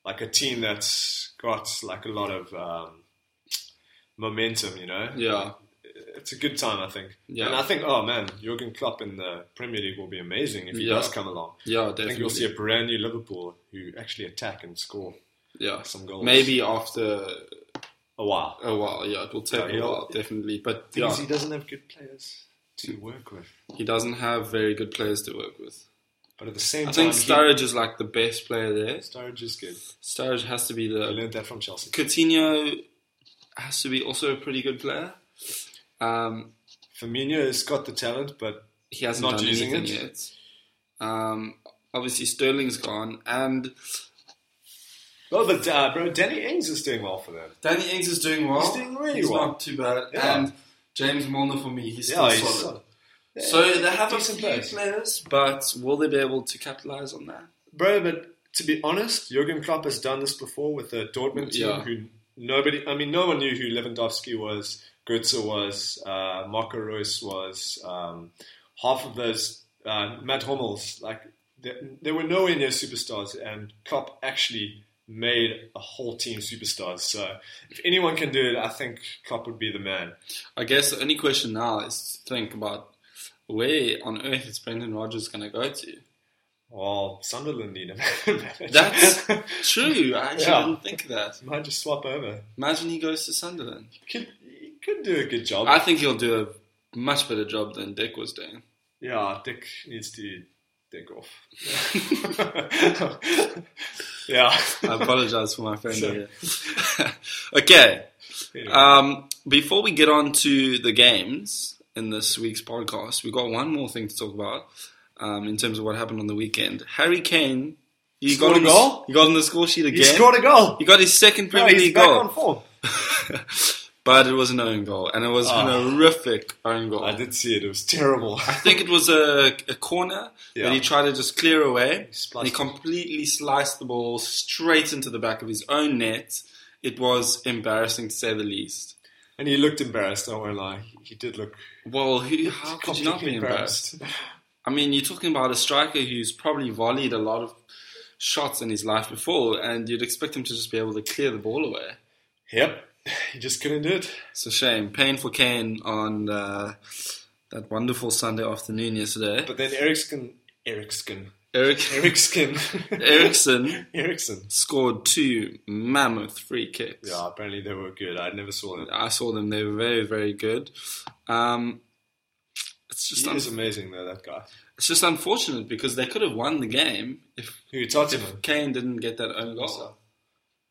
[SPEAKER 1] like a team that's got like a lot of um, momentum. You know,
[SPEAKER 2] Yeah,
[SPEAKER 1] it's a good time, I think.
[SPEAKER 2] Yeah.
[SPEAKER 1] And I think, oh man, Jurgen Klopp in the Premier League will be amazing if he
[SPEAKER 2] Yeah.
[SPEAKER 1] does come along.
[SPEAKER 2] yeah,
[SPEAKER 1] I think you'll see
[SPEAKER 2] definitely.
[SPEAKER 1] a brand new Liverpool who actually attack and score
[SPEAKER 2] Yeah,
[SPEAKER 1] some goals.
[SPEAKER 2] maybe after
[SPEAKER 1] a while.
[SPEAKER 2] Oh well, yeah, it will take
[SPEAKER 1] Yeah,
[SPEAKER 2] a
[SPEAKER 1] he'll-
[SPEAKER 2] while, definitely. But yeah,
[SPEAKER 1] Because he doesn't have good players to work with.
[SPEAKER 2] he doesn't have very good players to work with.
[SPEAKER 1] But at the same
[SPEAKER 2] I
[SPEAKER 1] time,
[SPEAKER 2] think Sturridge is like the best player there.
[SPEAKER 1] he, Sturridge is good.
[SPEAKER 2] Sturridge has to be
[SPEAKER 1] I
[SPEAKER 2] the.
[SPEAKER 1] learned that from Chelsea.
[SPEAKER 2] Coutinho has to be also a pretty good player. Um,
[SPEAKER 1] Firmino has got the talent, but
[SPEAKER 2] he hasn't
[SPEAKER 1] Not
[SPEAKER 2] done
[SPEAKER 1] using
[SPEAKER 2] anything yet. Um, obviously Sterling's gone, and
[SPEAKER 1] oh, but uh, bro, Danny Ings is doing well for them.
[SPEAKER 2] Danny Ings is doing well.
[SPEAKER 1] He's doing really
[SPEAKER 2] He's
[SPEAKER 1] well.
[SPEAKER 2] not too bad.
[SPEAKER 1] Yeah.
[SPEAKER 2] And James Milner for me, he's
[SPEAKER 1] Yeah,
[SPEAKER 2] still
[SPEAKER 1] he's
[SPEAKER 2] solid.
[SPEAKER 1] solid.
[SPEAKER 2] So they have a
[SPEAKER 1] Decent
[SPEAKER 2] few
[SPEAKER 1] players.
[SPEAKER 2] players, but will they be able to capitalize on that?
[SPEAKER 1] Bro, but to be honest, Jurgen Klopp has done this before with the Dortmund team,
[SPEAKER 2] Yeah.
[SPEAKER 1] who nobody, I mean, no one knew who Lewandowski was, Götze was, uh, Marco Reus was, um, half of those, uh, Matt Hummels, like, there, there were nowhere near superstars, and Klopp actually made a whole team superstars. So if anyone can do it, I think Klopp would be the man.
[SPEAKER 2] I guess the only question now is to think about where on earth is Brendan Rodgers going to go to?
[SPEAKER 1] Well, Sunderland need a *laughs* manager. *laughs*
[SPEAKER 2] That's true. I actually
[SPEAKER 1] Yeah.
[SPEAKER 2] didn't think of that.
[SPEAKER 1] Might just swap over.
[SPEAKER 2] Imagine he goes to Sunderland.
[SPEAKER 1] Could, he could do a good job.
[SPEAKER 2] I think he'll do a much better job than Dick
[SPEAKER 1] *laughs*
[SPEAKER 2] was doing.
[SPEAKER 1] Yeah, Dick needs to dick off. *laughs* yeah.
[SPEAKER 2] I apologize for my friend
[SPEAKER 1] Sorry.
[SPEAKER 2] here. *laughs* okay.
[SPEAKER 1] Anyway,
[SPEAKER 2] Um, before we get on to the games in this week's podcast, we've got one more thing to talk about um, in terms of what happened on the weekend. Harry Kane, he
[SPEAKER 1] Scored
[SPEAKER 2] got on
[SPEAKER 1] a
[SPEAKER 2] the-
[SPEAKER 1] goal?
[SPEAKER 2] he got on the score sheet again.
[SPEAKER 1] he scored a goal.
[SPEAKER 2] He got his second
[SPEAKER 1] No,
[SPEAKER 2] Premier
[SPEAKER 1] he's
[SPEAKER 2] League
[SPEAKER 1] back
[SPEAKER 2] goal.
[SPEAKER 1] on form.
[SPEAKER 2] but it was an own goal, and it was an
[SPEAKER 1] Oh.
[SPEAKER 2] horrific own goal.
[SPEAKER 1] I
[SPEAKER 2] Ah. I
[SPEAKER 1] did see it. It was terrible. *laughs*
[SPEAKER 2] think it was a, a corner
[SPEAKER 1] Yeah.
[SPEAKER 2] that he tried to just clear away.
[SPEAKER 1] spliced
[SPEAKER 2] and he
[SPEAKER 1] it.
[SPEAKER 2] completely sliced the ball straight into the back of his own net. It was embarrassing to say the least.
[SPEAKER 1] and he looked embarrassed. I won't lie. He did look
[SPEAKER 2] Well, who, how could you not
[SPEAKER 1] completely
[SPEAKER 2] be embarrassed?
[SPEAKER 1] embarrassed.
[SPEAKER 2] I mean, you're talking about a striker who's probably volleyed a lot of shots in his life before, and you'd expect him to just be able to clear the ball away.
[SPEAKER 1] Yep. He just couldn't do it.
[SPEAKER 2] It's a shame. Pain for Kane on uh, that wonderful Sunday afternoon yesterday.
[SPEAKER 1] But then Ericsson. Ericsson.
[SPEAKER 2] Eric
[SPEAKER 1] *laughs*
[SPEAKER 2] *laughs*
[SPEAKER 1] Ericsson.
[SPEAKER 2] Ericsson
[SPEAKER 1] *laughs* Ericsson.
[SPEAKER 2] scored two mammoth free kicks.
[SPEAKER 1] Yeah, apparently they were good. I never saw them.
[SPEAKER 2] I saw them. They were very, very good. Um, it's just
[SPEAKER 1] He
[SPEAKER 2] un-
[SPEAKER 1] is amazing, though, that guy.
[SPEAKER 2] it's just unfortunate because they could have won the game if
[SPEAKER 1] Who, Tottenham?
[SPEAKER 2] Kane didn't get that own goal.
[SPEAKER 1] Also.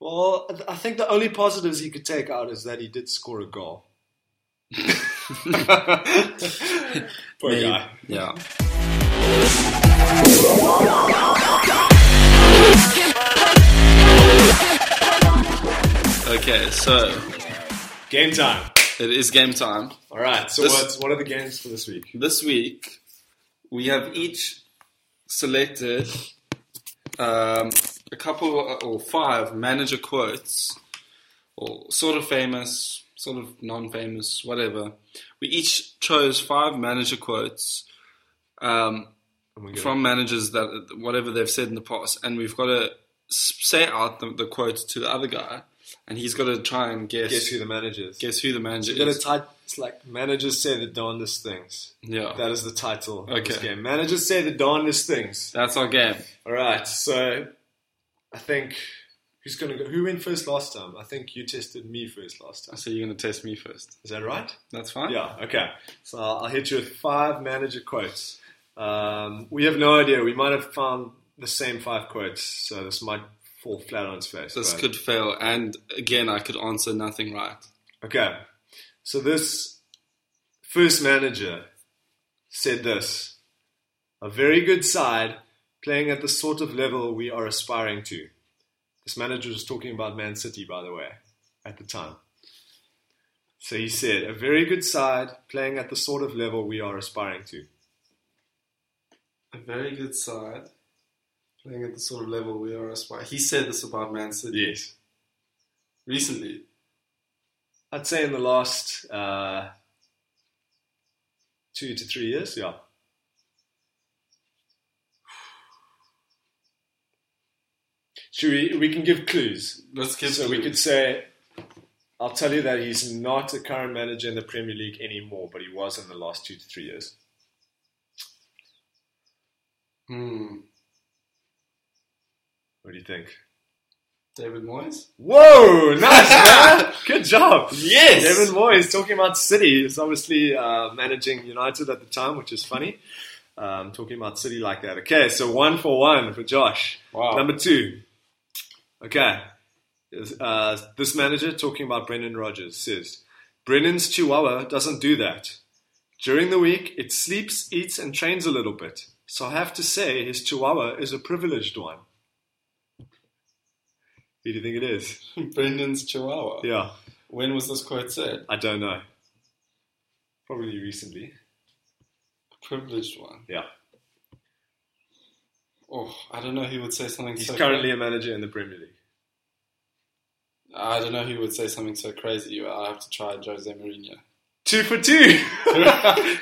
[SPEAKER 1] Well, I th- I think the only positives he could take out is that he did score a goal. *laughs* Poor
[SPEAKER 2] Maybe-
[SPEAKER 1] guy.
[SPEAKER 2] Yeah. Okay, so
[SPEAKER 1] Game time.
[SPEAKER 2] it is game time.
[SPEAKER 1] All right. So
[SPEAKER 2] This-
[SPEAKER 1] what's, what are the games for this week?
[SPEAKER 2] This week, we have each selected um, a couple or five manager quotes, or sort of famous, sort of non famous, whatever. We each chose five manager quotes um,
[SPEAKER 1] And we're gonna-
[SPEAKER 2] from managers that whatever they've said in the past, and we've got to say out the, the quote to the other guy, and he's got to try and guess
[SPEAKER 1] guess who the managers?
[SPEAKER 2] guess who the manager
[SPEAKER 1] We're gonna
[SPEAKER 2] is.
[SPEAKER 1] type it's like managers say the darndest things.
[SPEAKER 2] Yeah,
[SPEAKER 1] That is the title of this
[SPEAKER 2] Okay.
[SPEAKER 1] game. Managers say the darndest things.
[SPEAKER 2] that's our game.
[SPEAKER 1] All right. So I think who's gonna go? Who went first last time? I think you tested me first last time.
[SPEAKER 2] So you're gonna test me first.
[SPEAKER 1] Is that right?
[SPEAKER 2] That's fine.
[SPEAKER 1] Yeah, okay. So I'll I'll hit you with five manager quotes. Um, we have no idea. We might have found the same five quotes, so this might fall flat on its face.
[SPEAKER 2] This
[SPEAKER 1] but-
[SPEAKER 2] could fail, and again, I could answer nothing right.
[SPEAKER 1] Okay. So this first manager said this a very good side playing at the sort of level we are aspiring to. This manager was talking about Man City, by the way, at the time. So he said, a very good side playing at the sort of level we are aspiring to.
[SPEAKER 2] A very good side, playing at the sort of level we are aspiring. He said this about Man City
[SPEAKER 1] Yes.
[SPEAKER 2] recently.
[SPEAKER 1] I'd say in the last uh, two to three years, yeah. Should we, we can give clues.
[SPEAKER 2] Let's give.
[SPEAKER 1] so we could say, I'll tell you that he's not a current manager in the Premier League anymore, but he was in the last two to three years.
[SPEAKER 2] Hmm.
[SPEAKER 1] What do you think?
[SPEAKER 2] David Moyes.
[SPEAKER 1] *laughs* Whoa, nice, man. *laughs* Good job.
[SPEAKER 2] Yes.
[SPEAKER 1] David Moyes talking about City. He's obviously uh, managing United at the time, which is funny. Um, talking about City like that. Okay, so one for one for Josh.
[SPEAKER 2] Wow.
[SPEAKER 1] Number two. Okay. Uh, this manager talking about Brendan Rodgers says, Brennan's Chihuahua doesn't do that. During the week, it sleeps, eats, and trains a little bit. So I have to say, his Chihuahua is a privileged one. Who do you think it is?
[SPEAKER 2] Brendan's Chihuahua.
[SPEAKER 1] Yeah.
[SPEAKER 2] When was this quote said?
[SPEAKER 1] I don't know. Probably recently.
[SPEAKER 2] Privileged one.
[SPEAKER 1] Yeah.
[SPEAKER 2] Oh, I don't know who would say something.
[SPEAKER 1] He's
[SPEAKER 2] so
[SPEAKER 1] currently a manager in the Premier League.
[SPEAKER 2] I don't know who would say something so crazy. I have to try Jose Mourinho.
[SPEAKER 1] *laughs* Two for two. *laughs*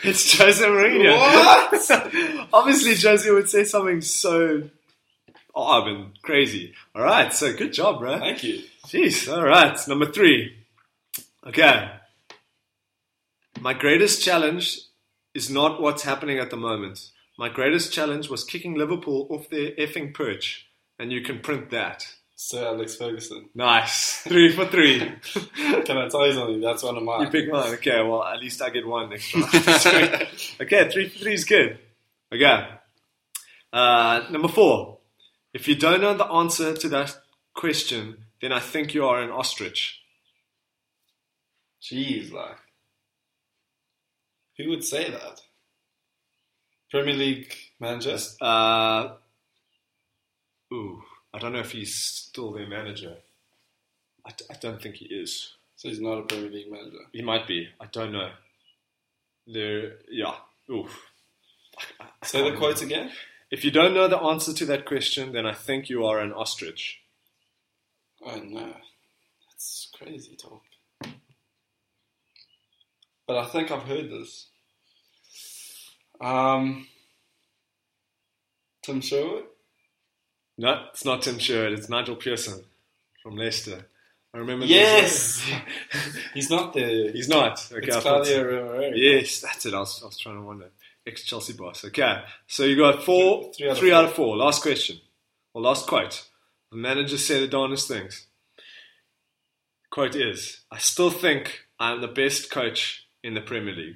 [SPEAKER 1] it's Jose Mourinho. What? *laughs* Obviously, Jose would say something so odd and crazy. All right, so good job, bro.
[SPEAKER 2] Thank you.
[SPEAKER 1] Jeez, all right. Number three. Okay. My greatest challenge is not what's happening at the moment. My greatest challenge was kicking Liverpool off their effing perch, and you can print that.
[SPEAKER 2] Sir Alex Ferguson.
[SPEAKER 1] Nice. *laughs* Three for three.
[SPEAKER 2] *laughs* Can I tell you something? That's one of
[SPEAKER 1] you
[SPEAKER 2] mine.
[SPEAKER 1] pick one. Okay, well, at least I get one
[SPEAKER 2] *laughs*
[SPEAKER 1] next *laughs* time. okay, three for three is good. Okay. Uh, number four. If you don't know the answer to that question, then I think you are an ostrich.
[SPEAKER 2] Jeez, like. Who would say that? Premier League manager?
[SPEAKER 1] Uh, ooh, I don't know if he's still their manager. I, d- I don't think he is.
[SPEAKER 2] So he's not a Premier League manager.
[SPEAKER 1] He might be. I don't know. There, yeah. Ooh.
[SPEAKER 2] Say the quote again.
[SPEAKER 1] If you don't know the answer to that question, then I think you are an ostrich.
[SPEAKER 2] Oh no, that's crazy talk. But I think I've heard this. Um, Tim Sherwood.
[SPEAKER 1] No, it's not Tim Sherwood. It's Nigel Pearson from Leicester. I remember. this-
[SPEAKER 2] Yes! *laughs* He's not there.
[SPEAKER 1] he's not. Okay,
[SPEAKER 2] it's
[SPEAKER 1] I thought-
[SPEAKER 2] Claudio Ranieri.
[SPEAKER 1] Yes, that's it. I was, I was trying to wonder. Ex Chelsea boss. Okay, so you got four,
[SPEAKER 2] Three out of
[SPEAKER 1] three
[SPEAKER 2] four.
[SPEAKER 1] out of four. Last question, or last quote. The manager said the darndest things. Quote is: "I still think I am the best coach in the Premier League."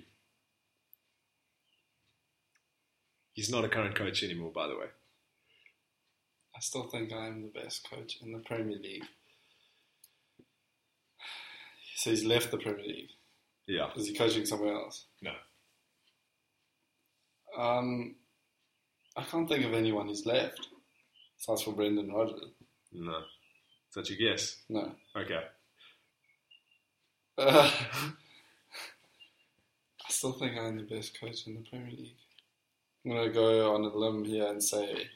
[SPEAKER 1] He's not a current coach anymore, by the way.
[SPEAKER 2] I still think I am the best coach in the Premier League. So he's left the Premier League.
[SPEAKER 1] Yeah.
[SPEAKER 2] Is he coaching somewhere else?
[SPEAKER 1] No.
[SPEAKER 2] Um, I can't think of anyone who's left. Sounds for Brendan Rodgers.
[SPEAKER 1] No. Is that your guess?
[SPEAKER 2] No. *laughs*
[SPEAKER 1] Okay.
[SPEAKER 2] Uh, I still think I'm the best coach in the Premier League. I'm gonna go on a limb here and say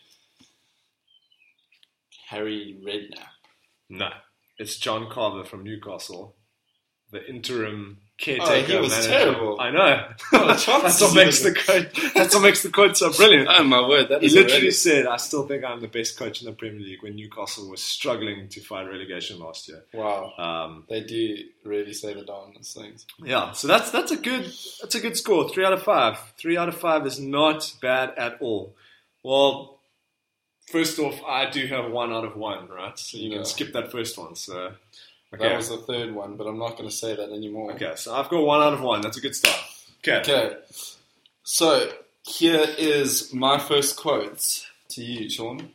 [SPEAKER 2] Harry Redknapp.
[SPEAKER 1] No. It's John Carver from Newcastle, the interim caretaker.
[SPEAKER 2] Oh, he was
[SPEAKER 1] manager.
[SPEAKER 2] terrible.
[SPEAKER 1] I
[SPEAKER 2] *laughs*
[SPEAKER 1] know. *laughs*
[SPEAKER 2] the chances
[SPEAKER 1] that's what
[SPEAKER 2] he
[SPEAKER 1] makes
[SPEAKER 2] was-
[SPEAKER 1] the quote. That's what makes the quote so brilliant.
[SPEAKER 2] Oh my word! That
[SPEAKER 1] He
[SPEAKER 2] is
[SPEAKER 1] literally said, "I still think I'm the best coach in the Premier League." When Newcastle was struggling to fight relegation last year.
[SPEAKER 2] wow.
[SPEAKER 1] Um,
[SPEAKER 2] They do really say the darndest things.
[SPEAKER 1] yeah, so that's that's a good that's a good score. Three out of five. Three out of five is not bad at all. Well, first off, I do have one out of one, right? So you
[SPEAKER 2] Yeah.
[SPEAKER 1] can skip that first one. So
[SPEAKER 2] That was the third one, but I'm not going to say that anymore.
[SPEAKER 1] Okay, so I've got one out of one. That's a good start. Okay.
[SPEAKER 2] Okay. So here is my first quote to you, Sean.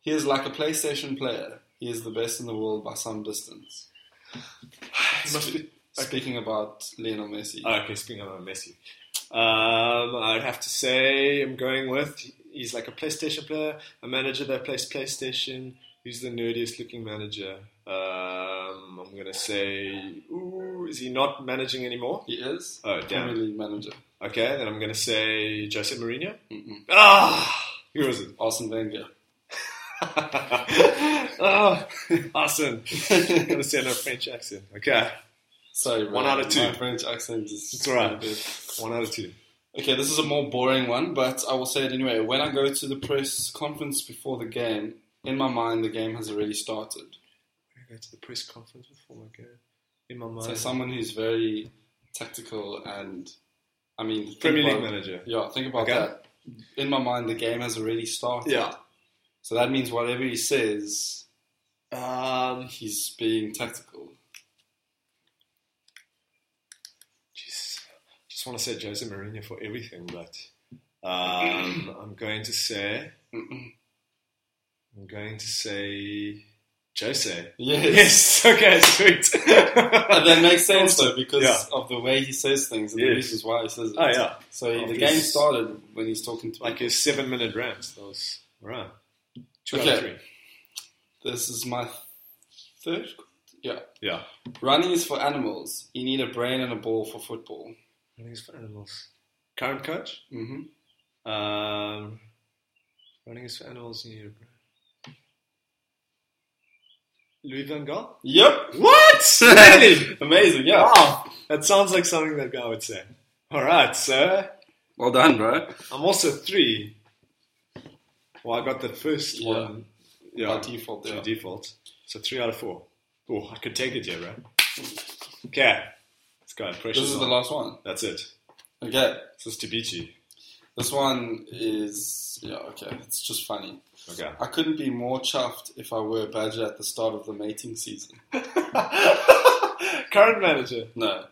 [SPEAKER 2] He is like a PlayStation player. He is the best in the world by some distance.
[SPEAKER 1] It *sighs* must be-
[SPEAKER 2] Speaking about Lionel Messi.
[SPEAKER 1] oh, okay, speaking of Messi, um, I'd have to say I'm going with he's like a PlayStation player, a manager that plays PlayStation. Who's the nerdiest looking manager? Um, I'm gonna say, ooh, is he not managing anymore?
[SPEAKER 2] he is
[SPEAKER 1] Oh, damn.
[SPEAKER 2] Premier League manager.
[SPEAKER 1] Okay, then I'm gonna say Jose Mourinho.
[SPEAKER 2] Mm-mm.
[SPEAKER 1] Ah, who was it? *laughs*
[SPEAKER 2] Arsene Wenger.
[SPEAKER 1] oh, awesome! I'm *laughs* gonna say another French accent. Okay,
[SPEAKER 2] Sorry,
[SPEAKER 1] One
[SPEAKER 2] bro,
[SPEAKER 1] out of two.
[SPEAKER 2] My French accent is
[SPEAKER 1] It's all right.
[SPEAKER 2] bit-
[SPEAKER 1] one out of two.
[SPEAKER 2] Okay, this is a more boring one, but I will say it anyway. When I go to the press conference before the game, in my mind, the game has already started.
[SPEAKER 1] I go to the press conference before I go. In my mind,
[SPEAKER 2] So someone who's very tactical and, I mean, think
[SPEAKER 1] Premier League
[SPEAKER 2] about-
[SPEAKER 1] manager.
[SPEAKER 2] Yeah, think about
[SPEAKER 1] Okay.
[SPEAKER 2] that. In my mind, the game has already started.
[SPEAKER 1] Yeah.
[SPEAKER 2] So that means whatever he says,
[SPEAKER 1] Um,
[SPEAKER 2] he's being tactical.
[SPEAKER 1] jeez. just want to say Jose Mourinho for everything, but *clears throat* um, I'm going to say
[SPEAKER 2] Mm-mm.
[SPEAKER 1] I'm going to say *laughs* Jose.
[SPEAKER 2] Yes.
[SPEAKER 1] Yes. Okay. Sweet.
[SPEAKER 2] *laughs* But that makes sense though because
[SPEAKER 1] Yeah.
[SPEAKER 2] of the way he says things and the
[SPEAKER 1] Yes.
[SPEAKER 2] reasons why he says it.
[SPEAKER 1] oh yeah.
[SPEAKER 2] So
[SPEAKER 1] Oh,
[SPEAKER 2] the
[SPEAKER 1] he's-
[SPEAKER 2] game started when he's talking to
[SPEAKER 1] *laughs* Like a seven-minute rant. That was right. Two out
[SPEAKER 2] Okay.
[SPEAKER 1] of three.
[SPEAKER 2] This is my third. quote. Yeah.
[SPEAKER 1] Yeah.
[SPEAKER 2] Running is for animals. You need a brain and a ball for football. Mm-hmm.
[SPEAKER 1] I think it's for animals. Current coach.
[SPEAKER 2] hmm
[SPEAKER 1] Um, Running is for animals in Europe. Louis Van Gaal?
[SPEAKER 2] Yep. *laughs*
[SPEAKER 1] What? really?
[SPEAKER 2] Amazing, yeah.
[SPEAKER 1] Wow. That sounds like something that guy would say. All right, sir.
[SPEAKER 2] Well done, bro.
[SPEAKER 1] I'm also three. Well, I got the first
[SPEAKER 2] Yeah.
[SPEAKER 1] one. Yeah.
[SPEAKER 2] By default,
[SPEAKER 1] by
[SPEAKER 2] yeah.
[SPEAKER 1] default. So three out of four. Oh, I could take it here, bro. Okay. It's got pressure.
[SPEAKER 2] This is the last one.
[SPEAKER 1] Oh, That's it.
[SPEAKER 2] Okay.
[SPEAKER 1] This is Tabichi.
[SPEAKER 2] This one is yeah, okay. It's just funny.
[SPEAKER 1] Okay.
[SPEAKER 2] I couldn't be more chuffed if I were a badger at the start of the mating season.
[SPEAKER 1] Current manager.
[SPEAKER 2] No.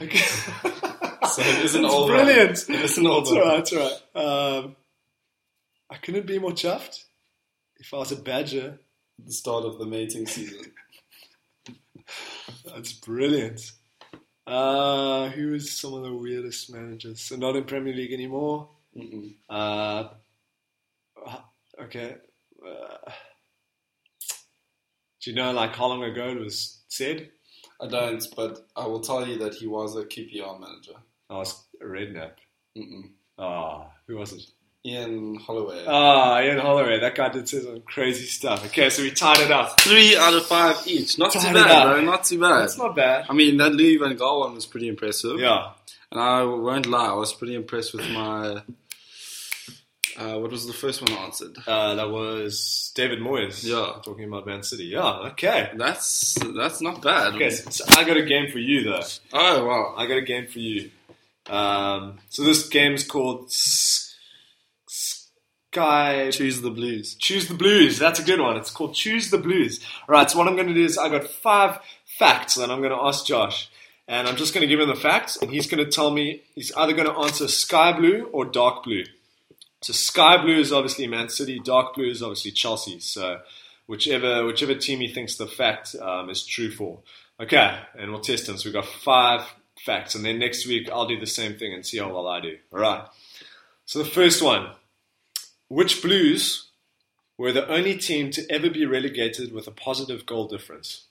[SPEAKER 1] Okay.
[SPEAKER 2] *laughs* So it is an
[SPEAKER 1] That's
[SPEAKER 2] old one.
[SPEAKER 1] brilliant.
[SPEAKER 2] It is an old
[SPEAKER 1] That's
[SPEAKER 2] one.
[SPEAKER 1] alright, that's alright. Um, I couldn't be more chuffed if I was a badger.
[SPEAKER 2] The start of the mating season.
[SPEAKER 1] That's brilliant. Uh, who is some of the weirdest managers? So not in Premier League anymore.
[SPEAKER 2] Mm-mm.
[SPEAKER 1] Uh, okay. Uh, do you know like how long ago it was said?
[SPEAKER 2] I don't, but I will tell you that he was a QPR manager.
[SPEAKER 1] I was Redknapp.
[SPEAKER 2] Mm-mm.
[SPEAKER 1] Ah, who was it?
[SPEAKER 2] Ian Holloway.
[SPEAKER 1] Ah, Ian Holloway. That guy did say some crazy stuff. Okay, so we tied it up.
[SPEAKER 2] Three out of five each. Not
[SPEAKER 1] Tied it up.
[SPEAKER 2] Not too bad.
[SPEAKER 1] That's not bad.
[SPEAKER 2] I mean, that Louis Van Gaal one was pretty impressive.
[SPEAKER 1] Yeah.
[SPEAKER 2] And I won't lie, I was pretty impressed with my. Uh, what was the first one I answered?
[SPEAKER 1] Uh, that was David Moyes.
[SPEAKER 2] Yeah.
[SPEAKER 1] Talking about Man City. Yeah, okay.
[SPEAKER 2] That's that's not bad.
[SPEAKER 1] Okay, so so I got a game for you, though.
[SPEAKER 2] Oh wow.
[SPEAKER 1] I got a game for you. Um, so this game's called S- Sky.
[SPEAKER 2] Choose the blues.
[SPEAKER 1] Choose the Blues. That's a good one. It's called Choose the Blues. All right, so what I'm going to do is I got five facts that I'm going to ask Josh. And I'm just going to give him the facts, and he's going to tell me he's either going to answer sky blue or dark blue. So sky blue is obviously Man City, dark blue is obviously Chelsea. So whichever whichever team he thinks the fact um, is true for. Okay, and we'll test him. So we've got five facts, and then next week I'll do the same thing and see how well I do. All right. So the first one: Which Blues were the only team to ever be relegated with a positive goal difference?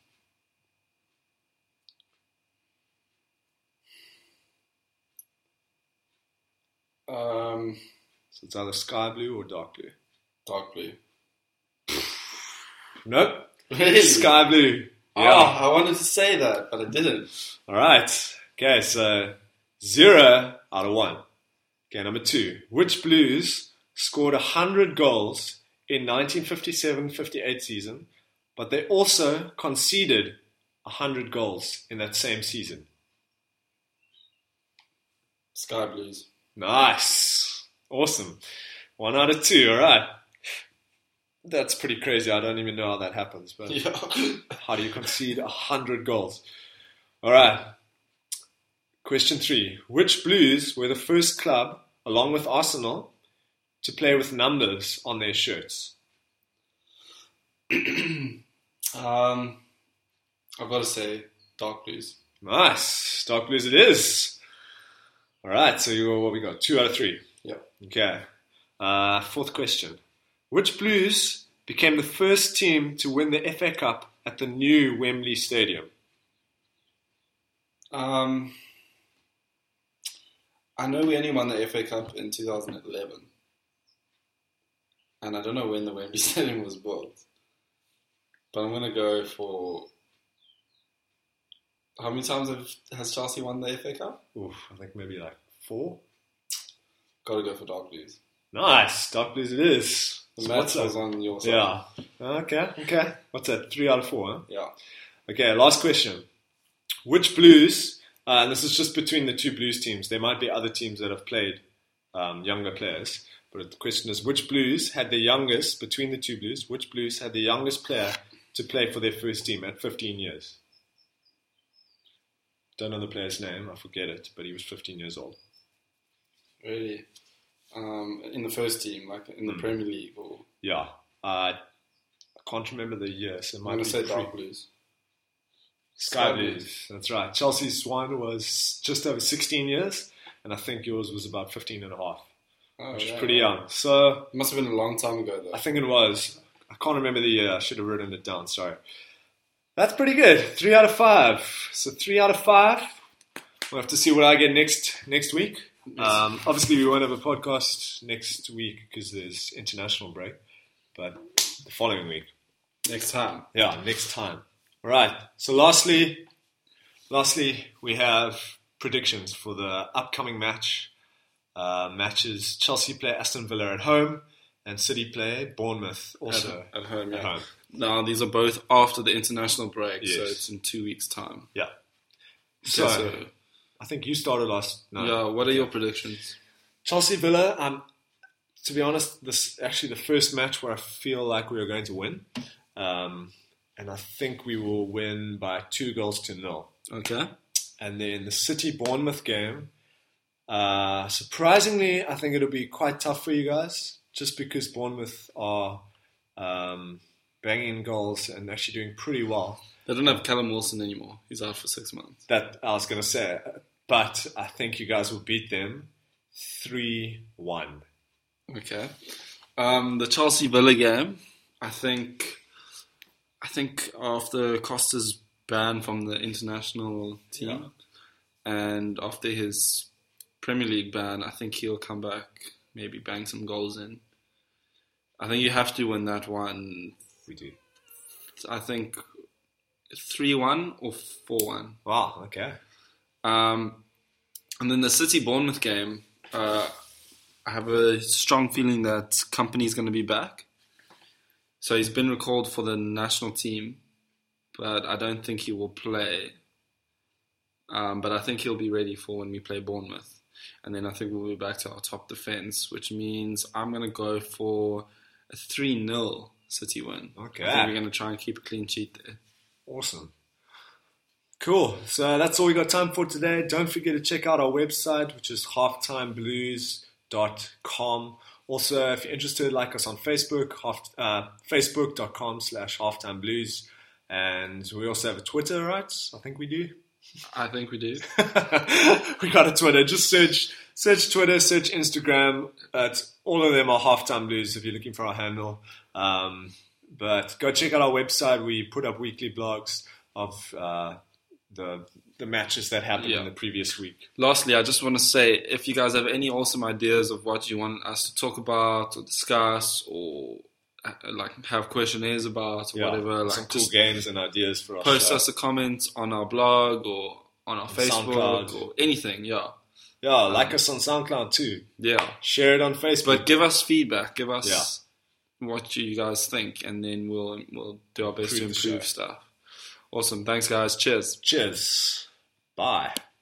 [SPEAKER 2] Um,
[SPEAKER 1] So it's either sky blue or dark blue.
[SPEAKER 2] dark blue.
[SPEAKER 1] Nope. *laughs*
[SPEAKER 2] Really? *laughs*
[SPEAKER 1] Sky blue.
[SPEAKER 2] Ah, I wanted to say that, but I didn't.
[SPEAKER 1] All right. Okay, so zero out of one. Okay, number two. Which Blues scored 100 goals in 1957 58 season, but they also conceded 100 goals in that same season?
[SPEAKER 2] Sky blues. *laughs*
[SPEAKER 1] Nice. Awesome. One out of two. All right. That's pretty crazy. I don't even know how that happens, but
[SPEAKER 2] Yeah.
[SPEAKER 1] How do you concede 100 goals? All right. Question three Which Blues were the first club, along with Arsenal, to play with numbers on their shirts?
[SPEAKER 2] um, I've got to say dark blues.
[SPEAKER 1] Nice. Dark Blues it is. All right. So you what we got? Two out of three.
[SPEAKER 2] Yeah.
[SPEAKER 1] Okay. Uh, fourth question Which Blues became the first team to win the FA Cup at the new Wembley Stadium?
[SPEAKER 2] Um, I know we only won the FA Cup in 2011, and I don't know when the Wembley *laughs* Stadium was built, but I'm gonna go for. How many times have, has Chelsea won the FA Cup?
[SPEAKER 1] Oof, I think maybe like four.
[SPEAKER 2] Gotta go for dark blues.
[SPEAKER 1] Nice. Dark Blues it is.
[SPEAKER 2] The
[SPEAKER 1] So
[SPEAKER 2] match
[SPEAKER 1] what's up?
[SPEAKER 2] was on your side.
[SPEAKER 1] Yeah. Okay. Okay. What's that? Three out of four. Huh?
[SPEAKER 2] Yeah.
[SPEAKER 1] Okay. Last question. Which Blues? Uh, and this is just between the two Blues teams. There might be other teams that have played um, younger players, but the question is: Which Blues had the youngest between the two Blues? Which Blues had the youngest player to play for their first team at 15 years? Don't know the player's name. I forget it, but he was 15 years old.
[SPEAKER 2] Really. Um, in the first team, like in
[SPEAKER 1] Hmm.
[SPEAKER 2] the Premier League, or
[SPEAKER 1] Yeah. Uh, I can't remember the year, so it
[SPEAKER 2] I'm
[SPEAKER 1] might
[SPEAKER 2] gonna
[SPEAKER 1] be
[SPEAKER 2] say
[SPEAKER 1] three.
[SPEAKER 2] dark blues.
[SPEAKER 1] Sky
[SPEAKER 2] Sky
[SPEAKER 1] Blues. That's right. Chelsea's one was just over 16 years, and I think yours was about 15 and a half,
[SPEAKER 2] Oh,
[SPEAKER 1] which is
[SPEAKER 2] yeah.
[SPEAKER 1] pretty young. So
[SPEAKER 2] It must have been a long time ago though.
[SPEAKER 1] I think it was. I can't remember the year. I should have written it down. Sorry. That's pretty good. Three out of five. So three out of five. We'll have to see what I get next next week. Um, obviously, we won't have a podcast next week because there's international break, but the following week.
[SPEAKER 2] Next time.
[SPEAKER 1] Yeah, next time. All right. So, lastly, lastly, we have predictions for the upcoming match. Uh, matches: Chelsea play Aston Villa at home, and City play Bournemouth
[SPEAKER 2] *laughs*
[SPEAKER 1] also
[SPEAKER 2] at, at home. Yeah.
[SPEAKER 1] at home.
[SPEAKER 2] Now these are both after the international break, so
[SPEAKER 1] Yes.
[SPEAKER 2] it's in two weeks' time.
[SPEAKER 1] Yeah.
[SPEAKER 2] So,
[SPEAKER 1] So, uh, I think you started last. No,
[SPEAKER 2] yeah. What are your predictions?
[SPEAKER 1] Chelsea Villa. Um, to be honest, this actually the first match where I feel like we are going to win, um, and I think we will win by two goals to nil.
[SPEAKER 2] Okay.
[SPEAKER 1] And then the City Bournemouth game. Uh, surprisingly, I think it'll be quite tough for you guys, just because Bournemouth are um, banging in goals and actually doing pretty well.
[SPEAKER 2] They don't have Callum Wilson anymore. He's out for six months.
[SPEAKER 1] That I was going to say, but I think you guys will beat them three one.
[SPEAKER 2] Okay. Um, the Chelsea Villa game. I think. I think after Costa's ban from the international team,
[SPEAKER 1] Yeah.
[SPEAKER 2] and after his Premier League ban, I think he'll come back, maybe bang some goals in. I think you have to win that one.
[SPEAKER 1] We do.
[SPEAKER 2] I think three one or four one.
[SPEAKER 1] Wow. Okay.
[SPEAKER 2] Um, and then the City Bournemouth game, uh, I have a strong feeling that Company's going to be back. So he's been recalled for the national team, but I don't think he will play. Um, but I think he'll be ready for when we play Bournemouth. And then I think we'll be back to our top defence, which means I'm going to go for a 3 0 City win.
[SPEAKER 1] Okay.
[SPEAKER 2] I think we're going to try and keep a clean sheet there.
[SPEAKER 1] Awesome. Cool. So that's all we got time for today. Don't forget to check out our website, which is halftimeblues.com. Also, if you're interested, like us on Facebook, half, uh, facebook.com slash halftimeblues. And we also have a Twitter, right? I think we do.
[SPEAKER 2] I think we do.
[SPEAKER 1] *laughs* we got a Twitter. Just search search Twitter, search Instagram. Uh, it's- all of them are halftime blues if you're looking for our handle. Um, but go check out our website. We put up weekly blogs of uh, the the matches that happened
[SPEAKER 2] Yeah.
[SPEAKER 1] in the previous week.
[SPEAKER 2] *laughs* Lastly, I just want to say if you guys have any awesome ideas of what you want us to talk about or discuss or uh, like have questionnaires about or
[SPEAKER 1] Yeah.
[SPEAKER 2] whatever, like
[SPEAKER 1] Some cool
[SPEAKER 2] just
[SPEAKER 1] games and ideas for us.
[SPEAKER 2] post
[SPEAKER 1] So,
[SPEAKER 2] us a comment on our blog or on our Facebook
[SPEAKER 1] SoundCloud.
[SPEAKER 2] or anything. Yeah,
[SPEAKER 1] Yeah, like us on SoundCloud too.
[SPEAKER 2] yeah.
[SPEAKER 1] Share it on Facebook.
[SPEAKER 2] But give us feedback. Give us what you guys think, and then we'll we'll do our best
[SPEAKER 1] Improve the
[SPEAKER 2] to improve
[SPEAKER 1] show.
[SPEAKER 2] stuff. Awesome. Thanks, guys. Cheers.
[SPEAKER 1] Cheers. Bye.